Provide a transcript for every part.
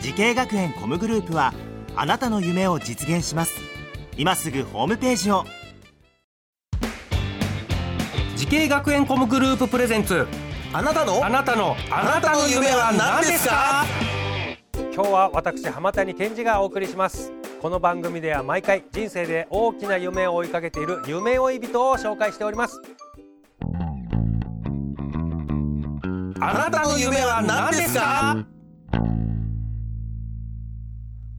時系学園コムグループはあなたの夢を実現します今すぐホームページを時系学園コムグループプレゼンツあなたのあなたのあなたの夢は何ですか今日は私浜谷健二がお送りしますこの番組では毎回人生で大きな夢を追いかけている夢追い人を紹介しておりますあなたの夢は何ですか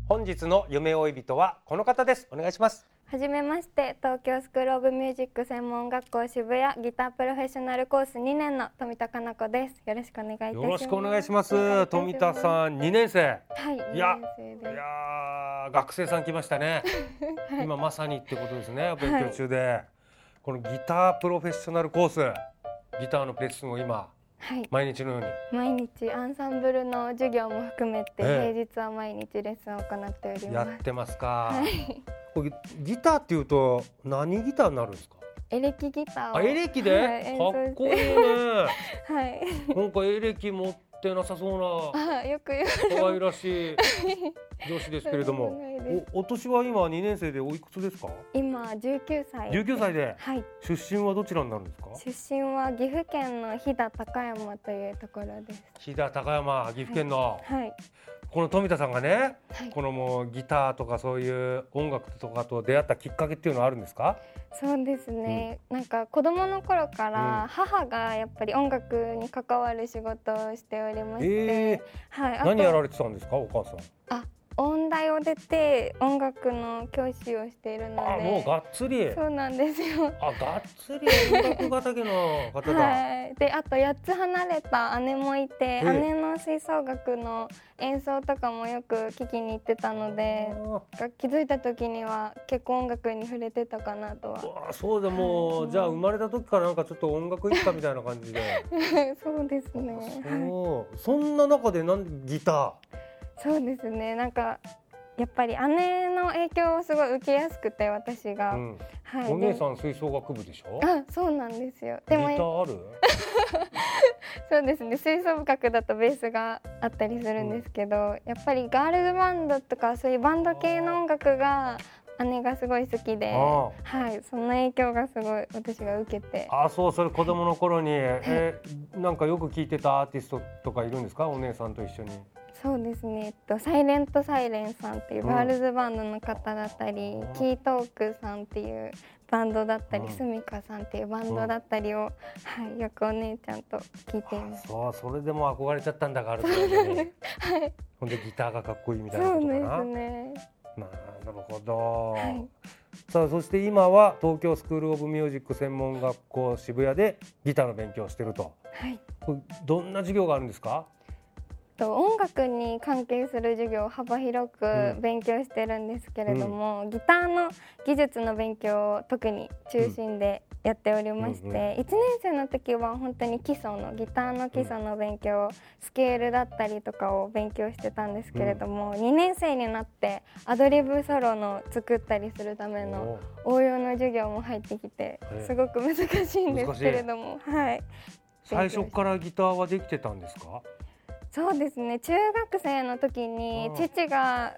本日の夢追い人はこの方ですお願いしますはじめまして東京スクール・オブ・ミュージック専門学校渋谷ギタープロフェッショナルコース2年の富田かな子ですよろしくお願いいたしますよろしくお願いします富田さん2年生はいいや2年生いでやー学生さん来ましたね、はい今まさにってことですね勉強中で、このギタープロフェッショナルコースギターのレッスンを今すはい毎日のように毎日アンサンブルの授業も含めてええ平日は毎日レッスンを行っておりやますってますか、はいこれギターっていうと何ギターになるんですかエレキギターをあエレキはでいかっこいいねはいなんかエレキ持ってなさそうなあよく言う可愛らしい女子ですけれどもそんなことないでおお年は今2年生でおいくつですか今19歳19歳ではい出身はどちらになるんですか出身は岐阜県の飛騨高山というところです飛騨高山岐阜県のはいこの富田さんがねはいこのもうギターとかそういう音楽とかと出会ったきっかけっていうのはあるんですかそうですね、なんか子供の頃かうんら母がやっぱり音楽に関わる仕事をしておりまして、えはい、ー、あ何やとられてたんですかお母さん音大を出て音楽の教師をしているのあもうでがっつりそうなんですよ。あ、がっつり音楽畑の方だ。 はい、であと8つ離れた姉もいて、え姉の吹奏楽の演奏とかもよく聞きに行ってたのであが気づいた時には結構音楽に触れてたかなとはーうわそうだもうじゃあ生まれた時からなんかちょっと音楽一家みたいな感じで そうですね。はいそうそんな中でなんでギタそうですねなんかやっぱり姉の影響をすごい受けやすくて私が、ー、うん、はいお姉んさん吹奏楽部でしょあそうなんですよギでターもあるそうですね吹奏楽だとベースがあったりするんですけど、やっぱりガールズバンドとかそういうバンド系の音楽が姉がすごい好きであはいその影響がすごい私が受けてあそうそれ子供の頃にえなんかよく聴いてたアーティストとかいるんですかお姉さんと一緒にそうですね、えっと、サイレントサイレンさんっていううんガールズバンドの方だったり、あーキートークさんっていうバンドだったうり、んスミカさんっていうバンドだったりを、はい、よくお姉ちゃんと聞いていあます。そうそれでもう憧れちゃったんだ ガールズバンドにほんでギターがかっこいいみたそいなことかうでなすね。なるほど、はいさあそして今は東京スクール・オブ・ミュージック専門学校渋谷でギターの勉強をしてるとはい。これどんな授業があるんですかと音楽に関係する授業を幅広うくん勉強してるんですけれども、ギターの技術の勉強を特に中心でやっておりまして、うんうん1年生の時は本当に基礎のギターの基礎の勉強、スケールだったりとかを勉強してたんですけれども、2年生になってアドリブソロの作ったりするためのお応用の授業も入ってきえてえすごく難しいんですけれども、はい。最初からギターはできてたんですかそうですね中学生の時にうん父が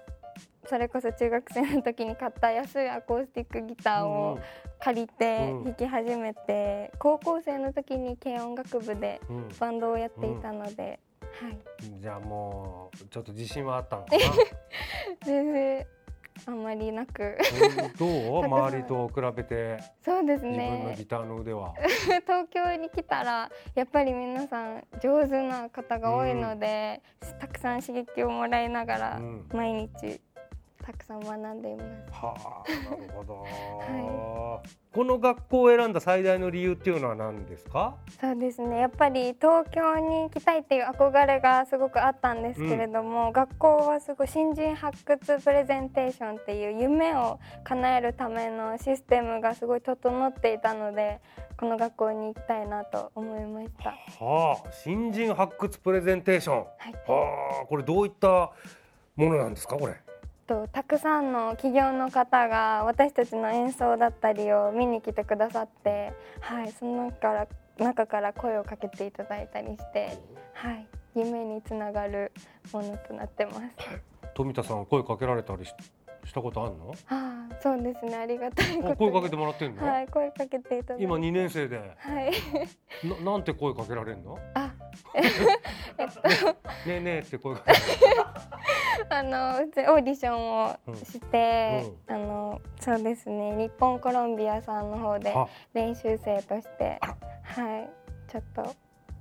それこそ中学生の時に買った安いアコースティックギターを借りてうん弾き始めて、高校生の時に軽音楽部でうんうんバンドをやっていたので、はいじゃあもうちょっと自信はあったのか な全然あんまりなく うんどう周りと比べてそうです自分のねギターの腕は、東京に来たらやっぱり皆さん上手な方が多いので、たくさん刺激をもらいながらうん毎日たくさん学んでいますはあ、なるほど、この学校を選んだ最大の理由っていうのは何ですか？そうですねやっぱり東京に行きたいっていう憧れがすごくあったんですけれども、学校はすごい新人発掘プレゼンテーションっていう夢を叶えるためのシステムがすごい整っていたのでこの学校に行きたいなと思いましたはあ、新人発掘プレゼンテーション。はいはあ、これどういったものなんですかこれ？とたくさんの企業の方が私たちの演奏だったりを見に来てくださってはいその中から中から声をかけていただいたりしてはい夢につながるものとなってます富田さんは声かけられたりししたことあるの？ああ、そうですね。ありがたいことあに。声かけてもらってんの？はい、声かけていただいて。今二年生ではい。ななんて声かけられるの？あ、えっと、ねえねえって声かけ られる。あの、うちオーディションをして、あの、そうですね。日本コロンビアさんの方であ練習生として、はい、ちょっと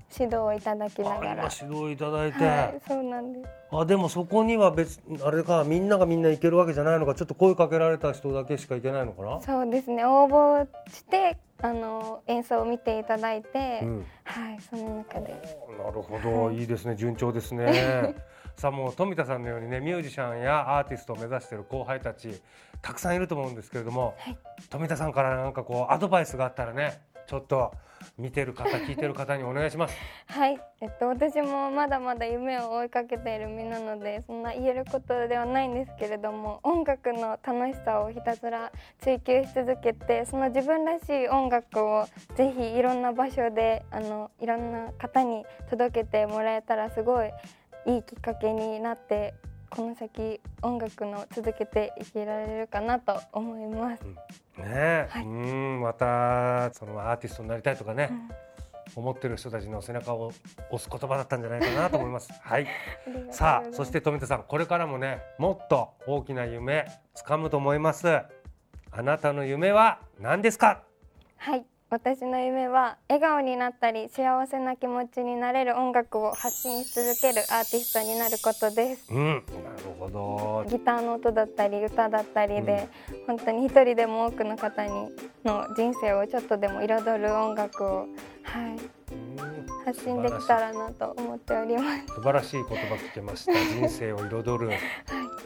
指導をいただきなあがら。今指導いただいて、はい、そうなんです。あでもそこには別あれかみんながみんな行けるわけじゃないのかちょっと声かけられた人だけしか行けないのかなそうですね。応募して、あの、演奏を見ていただいて、ん、はい、その中で。なるほどいいですね順調です ねさあもう富田さんのようにねミュージシャンやアーティストを目指している後輩たちたくさんいると思うんですけれども、はい富田さんからなんかこうアドバイスがあったらねちょっと見てる方聞いてる方にお願いしますはい、えっと、私もまだまだ夢を追いかけている身なのでそんな言えることではないんですけれども音楽の楽しさをひたすら追求し続けてその自分らしい音楽をぜひいろんな場所であのいろんな方に届けてもらえたらすごいいいきっかけになってこの先音楽の続けていけられるかなと思います。ねえ、はいうんまたそのアーティストになりたいとかね、うん思ってる人たちの背中を押す言葉だったんじゃないかなと思います。はいありがとうございますさあそして富田さんこれからもねもっと大きな夢掴むと思いますあなたの夢は何ですかはい私の夢は笑顔になったり幸せな気持ちになれる音楽を発信し続けるアーティストになることですうんなるほどギターの音だったり歌だったりで、本当に一人でも多くの方にの人生をちょっとでも彩る音楽を、はい、うん発信できたらなと思っております素晴らしい言葉聞けま した人生を彩る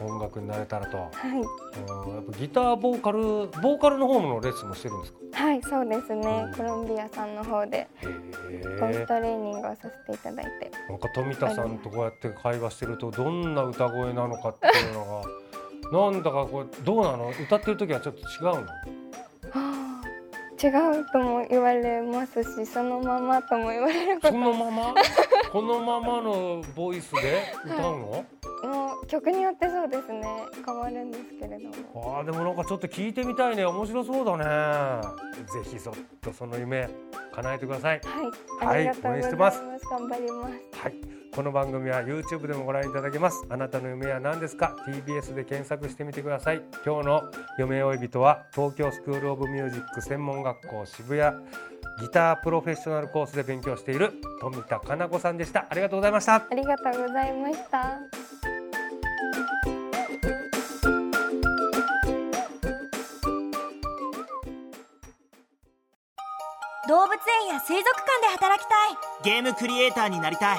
音楽になれたらと、はい、うんやっぱギターボーカルボーカルの方のレッスンもしてるんですかはい、そうですねうんコロンビアさんの方でボイへストレーニングをさせていただいてえなんか富田さんとこうやって会話してるとどんな歌声なのかっていう のがなんだかこれどうなの歌ってる時はちょっと違うのはあ違うとも言われますしそのままとも言われるこそとのままこのままのボイスで歌うの、もう曲によってそうですね変わるんですけれどもああでもなんかちょっと聞いてみたいね面白そうだねぜひそっとその夢叶えてくださいは、はいいありがとうござい応援してまますす頑張りますはいこの番組は YouTube でもご覧いただけますあなたの夢は何ですか TBS で検索してみてください今日の夢追い人は東京スクールオブミュージック専門学校渋谷ギタープロフェッショナルコースで勉強している富田かな子さんでしたありがとうございましたありがとうございました動物園や水族館で働きたいゲームクリエイターになりたい